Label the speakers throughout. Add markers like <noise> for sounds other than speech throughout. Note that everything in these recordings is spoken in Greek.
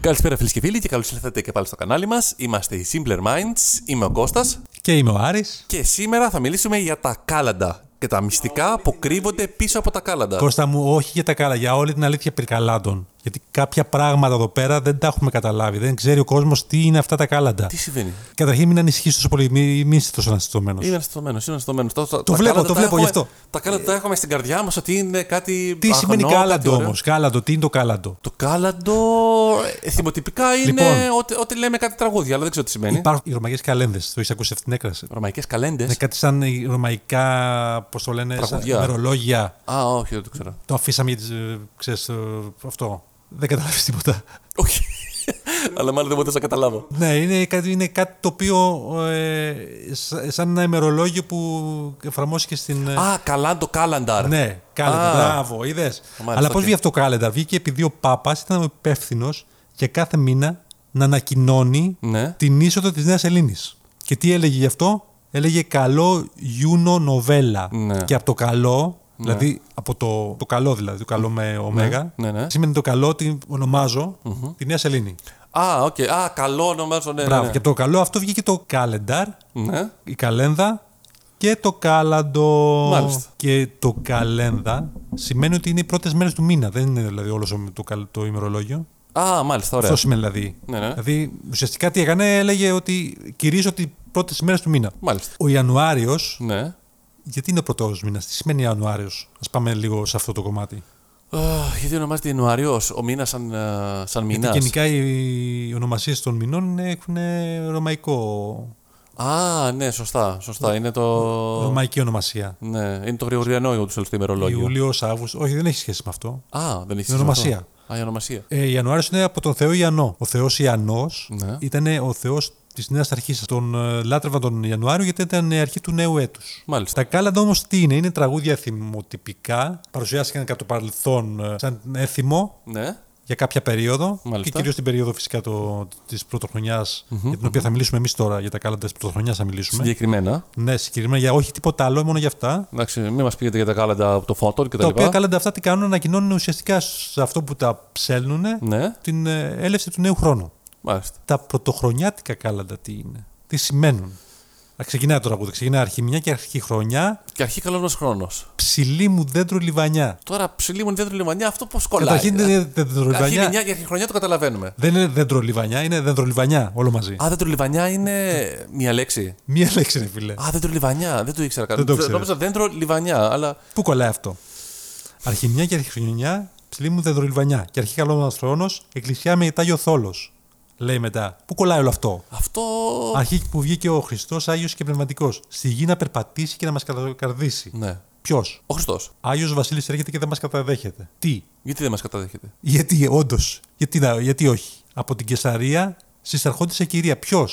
Speaker 1: Καλησπέρα φίλες και φίλοι και καλώς ήλθατε και πάλι στο κανάλι μας. Είμαστε οι Simpler Minds, είμαι ο Κώστας
Speaker 2: Και είμαι ο Άρης.
Speaker 1: και σήμερα θα μιλήσουμε για τα κάλαντα και τα μυστικά που κρύβονται πίσω από τα κάλαντα.
Speaker 2: Κώστα μου, όχι για τα καλά, για όλη την αλήθεια περί καλάντων. Γιατί κάποια πράγματα εδώ πέρα δεν τα έχουμε καταλάβει. Δεν ξέρει ο κόσμος τι είναι αυτά τα κάλαντα.
Speaker 1: Τι συμβαίνει.
Speaker 2: Καταρχήν, μην ανησυχείς τόσο πολύ, μη- μην είσαι τόσο αναστατωμένο.
Speaker 1: Είμαι αναστατωμένο, είμαι αναστατωμένο.
Speaker 2: Το βλέπω, το βλέπω, γι' αυτό.
Speaker 1: Τα κάλαντα τα έχουμε στην καρδιά μας ότι είναι κάτι.
Speaker 2: Τι
Speaker 1: αχνό,
Speaker 2: σημαίνει
Speaker 1: κάτι
Speaker 2: κάλαντο
Speaker 1: ωραίο.
Speaker 2: όμως, κάλαντο, τι είναι το κάλαντο.
Speaker 1: Το κάλαντο ε, θυμοτυπικά είναι
Speaker 2: Λοιπόν.
Speaker 1: ότι, ότι λέμε κάτι τραγούδια, αλλά δεν ξέρω τι σημαίνει.
Speaker 2: Υπάρχουν οι ρωμαϊκές καλένδε, το έχεις ακούσει αυτή την έκραση.
Speaker 1: Ρωμαϊκές καλέντες.
Speaker 2: Είναι κάτι σαν οι ρωμαϊκά, πώς το λένε, σαν
Speaker 1: Τραγουδιά.
Speaker 2: ημερολόγια.
Speaker 1: Α, όχι, δεν το ξέρω.
Speaker 2: Το αφήσαμε γιατί ε, ξέρεις, ε, αυτό. Δεν καταλάβεις τίποτα.
Speaker 1: Όχι. <laughs> αλλά μάλλον δεν μπορούσα να καταλάβω.
Speaker 2: Ναι, είναι κάτι, είναι κάτι το οποίο ε, σ- σαν ένα ημερολόγιο που εφαρμόστηκε στην. ε,
Speaker 1: Α, καλάντο κάλανταρ.
Speaker 2: ναι, κάλεντα.
Speaker 1: Α.
Speaker 2: Μπράβο, είδες.
Speaker 1: Μάλιστα,
Speaker 2: Αλλά πώς
Speaker 1: οκ.
Speaker 2: βγήκε αυτό το κάλεντα. Βγήκε επειδή ο Πάπας ήταν ο υπεύθυνο για κάθε μήνα να ανακοινώνει
Speaker 1: Ναι.
Speaker 2: την είσοδο της Νέας Ελλήνης. Και τι έλεγε γι' αυτό, έλεγε καλό Ιούνο Νοβέλα.
Speaker 1: Ναι.
Speaker 2: Και από το καλό, δηλαδή από το, το καλό δηλαδή, το καλό με ωμέγα,
Speaker 1: ναι, ναι.
Speaker 2: σημαίνει το καλό ότι ονομάζω τη Νέα Ελλήνη.
Speaker 1: Α, οκ. Α, καλό ονομάζω, ναι.
Speaker 2: Μπράβο.
Speaker 1: ναι, ναι.
Speaker 2: Και από το καλό αυτό βγήκε το calendar,
Speaker 1: Ναι.
Speaker 2: η καλένδα και το κάλαντο.
Speaker 1: Μάλιστα.
Speaker 2: Και το καλένδα σημαίνει ότι είναι οι πρώτες μέρες του μήνα. Δεν είναι δηλαδή όλος το, καλ- το ημερολόγιο.
Speaker 1: Α, μάλιστα, ωραία.
Speaker 2: Αυτό σημαίνει δηλαδή.
Speaker 1: Ναι, ναι.
Speaker 2: Δηλαδή ουσιαστικά τι έκανε, έλεγε ότι κυρίω ότι πρώτες μέρες του μήνα.
Speaker 1: Μάλιστα.
Speaker 2: Ο Ιανουάριος,
Speaker 1: Ναι.
Speaker 2: γιατί είναι ο πρωτό μήνας, τι σημαίνει Ιανουάριος. Ας πάμε λίγο σε αυτό το κομμάτι.
Speaker 1: Α, γιατί ονομάζεται Ιανουαριό, ο μήνας σαν, ε, σαν μήνα.
Speaker 2: Γιατί γενικά οι ονομασίες των μηνών έχουν ρωμαϊκό,
Speaker 1: Α, ναι, σωστά. σωστά. Είναι το.
Speaker 2: ρωμαϊκή ονομασία.
Speaker 1: Ναι, είναι το γρηγοριανό ούτω ή άλλω το ημερολόγιο.
Speaker 2: Ιούλιο, Αύγουστος. Όχι, δεν έχει σχέση με αυτό.
Speaker 1: Α, δεν έχει
Speaker 2: Η ονομασία.
Speaker 1: Α, η ονομασία.
Speaker 2: Ε, Ιανουάριος είναι από τον Θεό Ιαννό. Ο Θεός Ιαννός
Speaker 1: Ναι.
Speaker 2: ήταν ο Θεός της Νέας Αρχής. Τον ε, λάτρευαν τον Ιανουάριο γιατί ήταν η αρχή του νέου έτους.
Speaker 1: Μάλιστα.
Speaker 2: Τα κάλαντα όμως τι είναι, είναι τραγούδια θυμοτυπικά. Παρουσιάστηκαν κατά το παρελθόν ε, σαν έθιμο
Speaker 1: Ναι.
Speaker 2: για κάποια περίοδο
Speaker 1: Μάλιστα.
Speaker 2: και κυρίως την περίοδο φυσικά το, της πρωτοχρονιας για την οποία θα μιλήσουμε εμείς τώρα για τα κάλαντα της πρωτοχρονιάς θα μιλήσουμε.
Speaker 1: Συγκεκριμένα.
Speaker 2: Ναι, συγκεκριμένα για όχι τίποτα άλλο, μόνο για αυτά.
Speaker 1: Εντάξει, μην μας πήγετε για τα κάλαντα από το φωτόν και τα
Speaker 2: Τα οποία
Speaker 1: λοιπά.
Speaker 2: κάλαντα αυτά τι κάνουν, ανακοινώνουν ουσιαστικά σε αυτό που τα ψέλνουν
Speaker 1: Ναι,
Speaker 2: την ε, έλευση του νέου χρόνου.
Speaker 1: μάλιστα.
Speaker 2: τα πρωτοχρονιάτικα κάλαντα τι είναι, τι σημαίνουν. Α, ξεκινάει το τραγούδι. Ξεκινάει αρχιμιά και αρχιχρονιά.
Speaker 1: Και αρχή καλό μα χρόνος.
Speaker 2: Ψηλή μου δέντρο λιβανιά.
Speaker 1: Τώρα ψηλή μου είναι δέντρο λιμανιά, αυτό πώς κολλάει.
Speaker 2: Καταρχήν δεν είναι δέντρο
Speaker 1: Αρχή
Speaker 2: λιβανιά.
Speaker 1: μηνιά και αρχή χρονιά το καταλαβαίνουμε.
Speaker 2: Δεν είναι δέντρο λιβανιά, είναι δέντρο λιβανιά όλο μαζί.
Speaker 1: Α, δέντρο λιβανιά είναι μία λέξη.
Speaker 2: Μία λέξη, ρε φίλε.
Speaker 1: Α, δέντρο λιβανιά. Δεν το ήξερα καλά.
Speaker 2: Δεν το ήξερες.
Speaker 1: Νόμιζα δέντρο λιβανιά, αλλά.
Speaker 2: Πού κολλάει αυτό. Αρχιμιά και αρχιχρονιά, ψηλή μου δέντρο λιβανιά. Και αρχή καλό μα χρόνος, εκκλησιά με Ιτάγιο Θόλος. Λέει μετά. Πού κολλάει όλο αυτό.
Speaker 1: Αυτό.
Speaker 2: Αρχή που βγήκε ο Χριστός Άγιος και Πνευματικός. Στη γη να περπατήσει και να μας καρδίσει.
Speaker 1: Ναι.
Speaker 2: Ποιος.
Speaker 1: Ο Χριστός.
Speaker 2: Άγιος Βασίλης έρχεται και δεν μας καταδέχεται. Τι,
Speaker 1: Γιατί δεν μας καταδέχεται.
Speaker 2: γιατί όντως, γιατί, να- γιατί όχι. Από την Κεσαρία συσαρχόντισε κυρία. Ποιος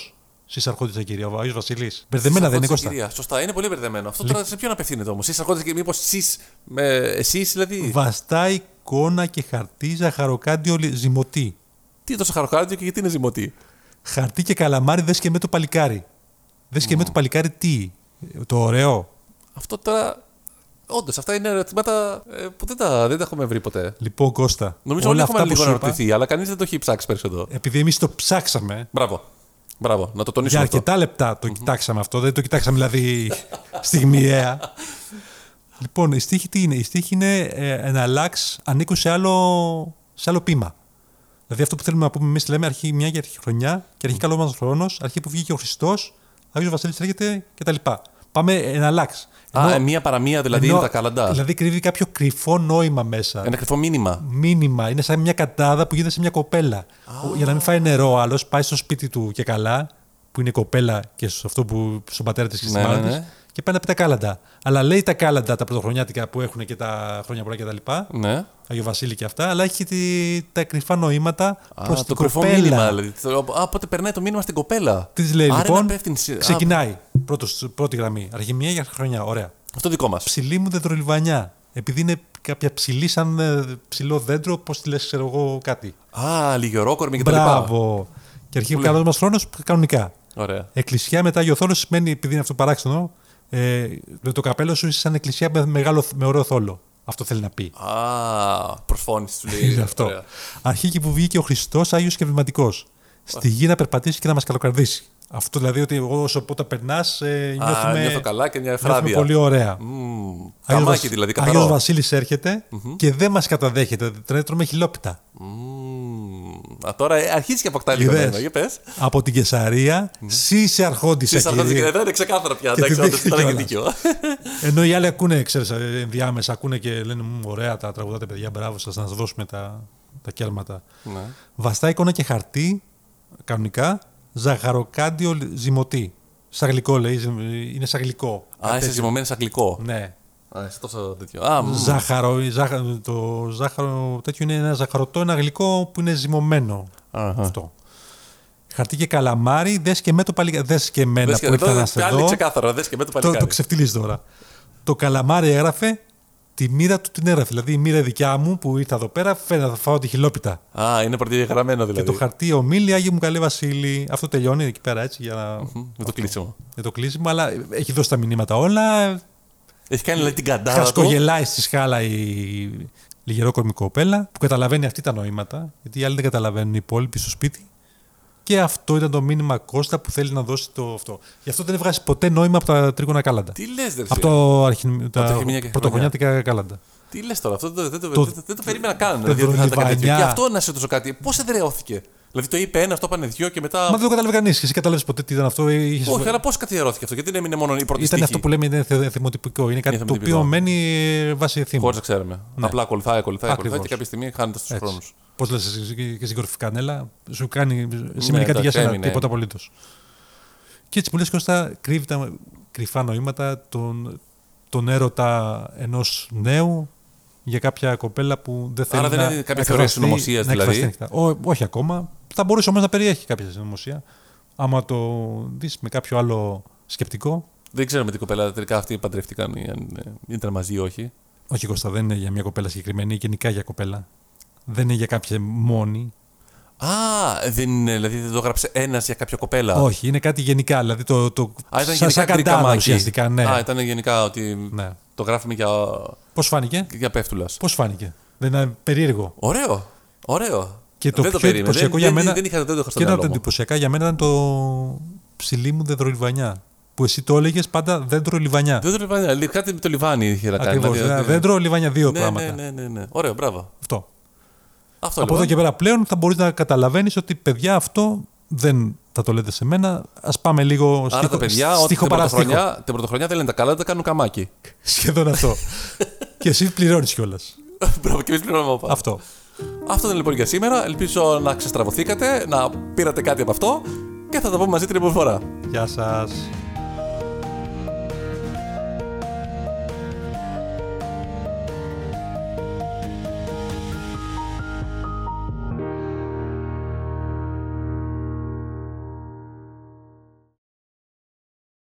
Speaker 2: συσαρχόντισε κυρία, ο Άγιος Βασιλή. Μπερδεμένα δεν είναι
Speaker 1: Σαρκώτης
Speaker 2: Κώστα.
Speaker 1: κυρία. Σωστά, είναι πολύ μπερδεμένο. Αυτό τώρα σε ποιον απευθύνεται όμως. Εσεί αρχόντε και μήπως εσείς. Εσείς δηλαδή.
Speaker 2: Βαστά εικόνα και χαρτί, ζαχαροκάντιο λι- ζυμωτή.
Speaker 1: Τι το σαχαροκάρδιο και γιατί είναι ζυμωτή.
Speaker 2: Χαρτί και καλαμάρι, δες και με το παλικάρι. Δες και με το παλικάρι τι, Ε, το ωραίο.
Speaker 1: Αυτό τώρα. Όντως, αυτά είναι ερωτήματα ε, που δεν τα, δεν τα έχουμε βρει ποτέ.
Speaker 2: Λοιπόν, Κώστα,
Speaker 1: Νομίζω
Speaker 2: όλα
Speaker 1: ότι έχουμε
Speaker 2: αυτά που
Speaker 1: λίγο
Speaker 2: σου
Speaker 1: να
Speaker 2: είπα,
Speaker 1: ρωτηθεί, αλλά κανείς δεν το έχει ψάξει περισσότερο.
Speaker 2: επειδή εμείς το ψάξαμε
Speaker 1: Μπράβο. Μπράβο, να το
Speaker 2: Για
Speaker 1: τονίσουμε. αυτό.
Speaker 2: αρκετά λεπτά το κοιτάξαμε αυτό, δεν το κοιτάξαμε δηλαδή στιγμιαία. λοιπόν, η στίχη τι είναι. Η στίχη είναι ε, ένα λάξ ανήκουν σε άλλο, σε άλλο πείμα. Δηλαδή αυτό που θέλουμε να πούμε εμείς λέμε αρχή μια και αρχή χρονιά και αρχή καλός μας χρόνος, αρχή που βγήκε ο Χριστός, Άγιος Βασίλης έρχεται κτλ. Πάμε ένα λάξ.
Speaker 1: Α, ε, μία παραμία δηλαδή είναι τα καλαντά.
Speaker 2: Δηλαδή κρύβει κάποιο κρυφό νόημα μέσα.
Speaker 1: Ένα κρυφό μήνυμα.
Speaker 2: Μήνυμα, είναι σαν μια κατάδα που γίνεται σε μια κοπέλα. Ο- Για να μην φάει νερό, άλλος πάει στο σπίτι του και καλά, που είναι κοπέλα και στο αυτό που στον πατέρα της και στη
Speaker 1: Ναι,
Speaker 2: μάνα
Speaker 1: ναι,
Speaker 2: της,
Speaker 1: ναι.
Speaker 2: και πάει να πει τα κάλαντα. Αλλά λέει τα κάλαντα τα πρωτοχρονιάτικα που έχουν και τα χρόνια πολλά κτλ.
Speaker 1: Ναι.
Speaker 2: Άγιο Βασίλη και αυτά, αλλά έχει τη- τα κρυφά νοήματα προ
Speaker 1: Α,
Speaker 2: την
Speaker 1: το κρυφό
Speaker 2: κοπέλα.
Speaker 1: μήνυμα. Δηλαδή. Το- Α, πότε περνάει το μήνυμα στην κοπέλα.
Speaker 2: Τι της λέει
Speaker 1: Άρα
Speaker 2: λοιπόν,
Speaker 1: είναι απεύθυνση. Α,
Speaker 2: ξεκινάει πρώτος, πρώτη γραμμή, αρχιμία για χρονιά, ωραία.
Speaker 1: αυτό δικό μας.
Speaker 2: Ψηλή μου δεντρολιβανιά, επειδή είναι κάποια ψηλή σαν ε, ψηλό δέντρο, πώς τη λες ξέρω εγώ κάτι.
Speaker 1: Α, λιγερόκορμη και τα λοιπά.
Speaker 2: Μπράβο. Και αρχίζει ο καλό μας χρόνος κανονικά.
Speaker 1: Ωραία.
Speaker 2: Εκκλησιά μετά ο θόλο σημαίνει, επειδή είναι αυτό παράξενο, ε, με το καπέλο σου είσαι σαν εκκλησιά με, μεγάλο, με ωραίο θόλο. Αυτό θέλει να πει.
Speaker 1: Α, προσφώνηση του λέει.
Speaker 2: Είναι αυτό.
Speaker 1: Ωραία.
Speaker 2: Αρχήκη που βγήκε ο Χριστός Άγιος και Πνευματικός. Στη γη να περπατήσει και να μας καλοκαρδίσει. Αυτό δηλαδή ότι εγώ όσο πότε περνάς, ε,
Speaker 1: Α,
Speaker 2: νιώθουμε,
Speaker 1: νιώθω καλά και μια
Speaker 2: νιώθουμε
Speaker 1: φράδια.
Speaker 2: πολύ ωραία.
Speaker 1: Μμμ.
Speaker 2: Άγιος
Speaker 1: Καμάκι
Speaker 2: Βασ-
Speaker 1: δηλαδή,
Speaker 2: Άγιος
Speaker 1: καθαρό.
Speaker 2: Βασίλης έρχεται και δεν μας καταδέχεται. Τώρα τρώμε χιλόπιτα.
Speaker 1: Μμμ. Α, τώρα ε, αρχίζει και αποκτά λίγο
Speaker 2: Είδες.
Speaker 1: νόημα. Για πες.
Speaker 2: Από την Κεσαρία,
Speaker 1: Ναι.
Speaker 2: εσύ είσαι αρχόντισα,
Speaker 1: Στις αρχές
Speaker 2: κύριε.
Speaker 1: δεν είναι ξεκάθαρο πια.
Speaker 2: Και
Speaker 1: Εντάξει,
Speaker 2: τη
Speaker 1: όντως,
Speaker 2: δείχνει
Speaker 1: τώρα έχει
Speaker 2: κιόλας.
Speaker 1: δίκιο.
Speaker 2: Ενώ οι άλλοι ακούνε, ξέρεις, ε, ενδιάμεσα ακούνε και λένε «Μμμ, ωραία τα τραγουδά τα παιδιά, μπράβο σας, να σας δώσουμε τα, τα κέρματα.
Speaker 1: Ναι.
Speaker 2: Βαστά εικόνα και χαρτί, κανονικά, ζαχαροκάντιο ζυμωτή. Σαν γλυκό λέει, ζυμ- είναι σαν γλυκό.
Speaker 1: Α, είσαι ζυμωμένη σαν γλυκό.
Speaker 2: Ναι.
Speaker 1: Α, είσαι τόσο τέτοιο. Α, μμμ.
Speaker 2: Ζάχαρο, ζάχα- το ζάχαρο τέτοιο είναι ένα ζαχαρωτό, ένα γλυκό που είναι ζυμωμένο.
Speaker 1: Αχα.
Speaker 2: Αυτό. Χαρτί και καλαμάρι, δες και με το παλικάρι. Δες και εμένα
Speaker 1: Δες και
Speaker 2: που ήρθα
Speaker 1: εδώ,
Speaker 2: να σε
Speaker 1: πάλι
Speaker 2: δω.
Speaker 1: ξεκάθαρο. Δες και με το
Speaker 2: Το, το
Speaker 1: παλικάρι.
Speaker 2: ξεφτύλιζε τώρα. Το καλαμάρι έγραφε τη μοίρα του την έγραφε. Δηλαδή η μοίρα δικιά μου που ήρθα εδώ πέρα, φέρα θα φάω τη χιλόπιτα.
Speaker 1: Α, είναι πρωτογεγραμμένο
Speaker 2: Και το
Speaker 1: δηλαδή.
Speaker 2: χαρτί ομίλια, Άγιε μου καλέ Βασίλη. Αυτό τελειώνει εκεί πέρα έτσι για, να,
Speaker 1: Με το κλείσιμο.
Speaker 2: για το κλείσιμο, αλλά έχει δώσει τα μηνύματα όλα.
Speaker 1: Έχει κάνει δηλαδή την καντάρα του.
Speaker 2: Χασκογελάει στη σκάλα η λιγερόκορμη κοπέλα που καταλαβαίνει αυτή τα νοήματα, γιατί οι άλλοι δεν καταλαβαίνουν οι υπόλοιποι στο σπίτι. Και αυτό ήταν το μήνυμα Κώστα που θέλει να δώσει το αυτό. Γι' αυτό δεν έβγαζε ποτέ νόημα από τα τρίγωνα κάλαντα.
Speaker 1: Τι λες, ρε
Speaker 2: από
Speaker 1: φίλε.
Speaker 2: το αρχι... τα
Speaker 1: χειμωνιά και
Speaker 2: πρωτοχρονιάτικα κάλαντα.
Speaker 1: Τι λες τώρα, αυτό δεν το, δεν
Speaker 2: Το-
Speaker 1: το, δεν το περίμενα καν.
Speaker 2: το
Speaker 1: δηλαδή, ότι θα ήταν κάτι τέτοιο.
Speaker 2: δουρλιβανιά.
Speaker 1: Και αυτό να σε ρωτήσω κάτι, πώς εδρεώθηκε. Δηλαδή το είπε ένα, το είπανε δυο και μετά.
Speaker 2: Μα δεν το κατάλαβε κανείς. Εσύ κατάλαβες ποτέ τι ήταν αυτό. Είχες...
Speaker 1: Όχι, αλλά πώς καθιερώθηκε αυτό, γιατί δεν έμεινε μόνο η πρώτη
Speaker 2: Ήταν
Speaker 1: στίχη.
Speaker 2: αυτό που λέμε είναι θε- θυμοτυπικό. Είναι κάτι
Speaker 1: Είναι
Speaker 2: το οποίο
Speaker 1: θυμοτυπικό.
Speaker 2: μένει ε, βάση εθήμου.
Speaker 1: Χωρίς να ξέρουμε. Απλά ακολουθάει, ακολουθάει, ακολουθάει
Speaker 2: Ναι.
Speaker 1: και
Speaker 2: Ακριβώς.
Speaker 1: κάποια στιγμή χάνεται στους χρόνους.
Speaker 2: Πώς λες και συγκορφή κανέλα, σου κάνει. Σημαίνει
Speaker 1: Ναι,
Speaker 2: κάτι για
Speaker 1: εντάξει,
Speaker 2: σένα,
Speaker 1: έμεινε.
Speaker 2: τίποτα απολύτως. Και έτσι που λες, Κώστα, κρύβει τα κρυφά νοήματα τον, τον έρωτα ενός νέου για κάποια κοπέλα που δεν θέλει
Speaker 1: Άρα
Speaker 2: να.
Speaker 1: δεν είναι κάποια
Speaker 2: να
Speaker 1: θεωρία
Speaker 2: εκφραστεί-
Speaker 1: συνωμοσίας,
Speaker 2: να
Speaker 1: δηλαδή.
Speaker 2: εκφραστεί ανοιχτά. Ό, όχι ακόμα. Θα μπορούσε όμως να περιέχει κάποια συνωμοσία. Άμα το δεις με κάποιο άλλο σκεπτικό.
Speaker 1: Δεν ξέρουμε την κοπέλα τελικά αυτοί παντρευτήκαν, ή αν ε, ήταν μαζί ή όχι.
Speaker 2: Όχι, Κώστα, δεν είναι για μια κοπέλα συγκεκριμένη, είναι γενικά για κοπέλα. Δεν είναι για κάποια μόνη.
Speaker 1: Α, δεν είναι, δηλαδή δεν το έγραψε ένας για κάποια κοπέλα.
Speaker 2: Όχι, είναι κάτι γενικά. Δηλαδή το. το
Speaker 1: Α, ήταν γενικά
Speaker 2: καντάδα
Speaker 1: γκρικαμάκι.
Speaker 2: ουσιαστικά, ναι.
Speaker 1: Α, ήταν γενικά ότι
Speaker 2: ναι.
Speaker 1: το γράφουμε για,
Speaker 2: Πώς φάνηκε,
Speaker 1: για πέφτουλας.
Speaker 2: πώς φάνηκε. Δεν είναι περίεργο.
Speaker 1: Ωραίο. Ωραίο.
Speaker 2: Και το
Speaker 1: δεν
Speaker 2: πιο
Speaker 1: το περίμενα.
Speaker 2: εντυπωσιακό
Speaker 1: Δεν-
Speaker 2: για
Speaker 1: δεν-
Speaker 2: μένα-
Speaker 1: Δεν, είχα, δεν το είχα στο
Speaker 2: Και ένα
Speaker 1: μυαλό
Speaker 2: από τα
Speaker 1: μου.
Speaker 2: εντυπωσιακά για μένα ήταν το ψηλή μου δεντρολιβανιά. Που εσύ το έλεγες πάντα δέντρο λιβανιά.
Speaker 1: Δεν το λιβάνι, αλλά κάτι με το λιβάνι είχε να κάνει.
Speaker 2: Ακριβώς.
Speaker 1: δηλαδή,
Speaker 2: Ένα
Speaker 1: δηλαδή-
Speaker 2: δέντρο λιβανιά,
Speaker 1: ναι,
Speaker 2: δύο ναι, πράγματα.
Speaker 1: ναι, ναι, ναι, ναι. Ωραίο, μπράβο.
Speaker 2: Αυτό.
Speaker 1: Αυτό
Speaker 2: από εδώ
Speaker 1: λοιπόν.
Speaker 2: και πέρα πλέον θα μπορείς να καταλαβαίνεις ότι παιδιά αυτό δεν θα το λέτε σε μένα. Ας πάμε λίγο
Speaker 1: Άρα
Speaker 2: στίχο,
Speaker 1: τα παιδιά, ό,τι την
Speaker 2: στίχο παραστίχο.
Speaker 1: πρωτοχρονιά, την πρωτοχρονιά δεν λένε τα καλά, τα κάνουν καμάκι. <laughs>
Speaker 2: Σχεδόν αυτό. και εσύ πληρώνεις κιόλας.
Speaker 1: Μπράβο, και εμείς πληρώνουμε από πάνω.
Speaker 2: αυτό.
Speaker 1: Αυτό ήταν λοιπόν για σήμερα. Ελπίζω να ξεστραβωθήκατε, να πήρατε κάτι από αυτό και θα τα πούμε μαζί την επόμενη φορά.
Speaker 2: Γεια σας.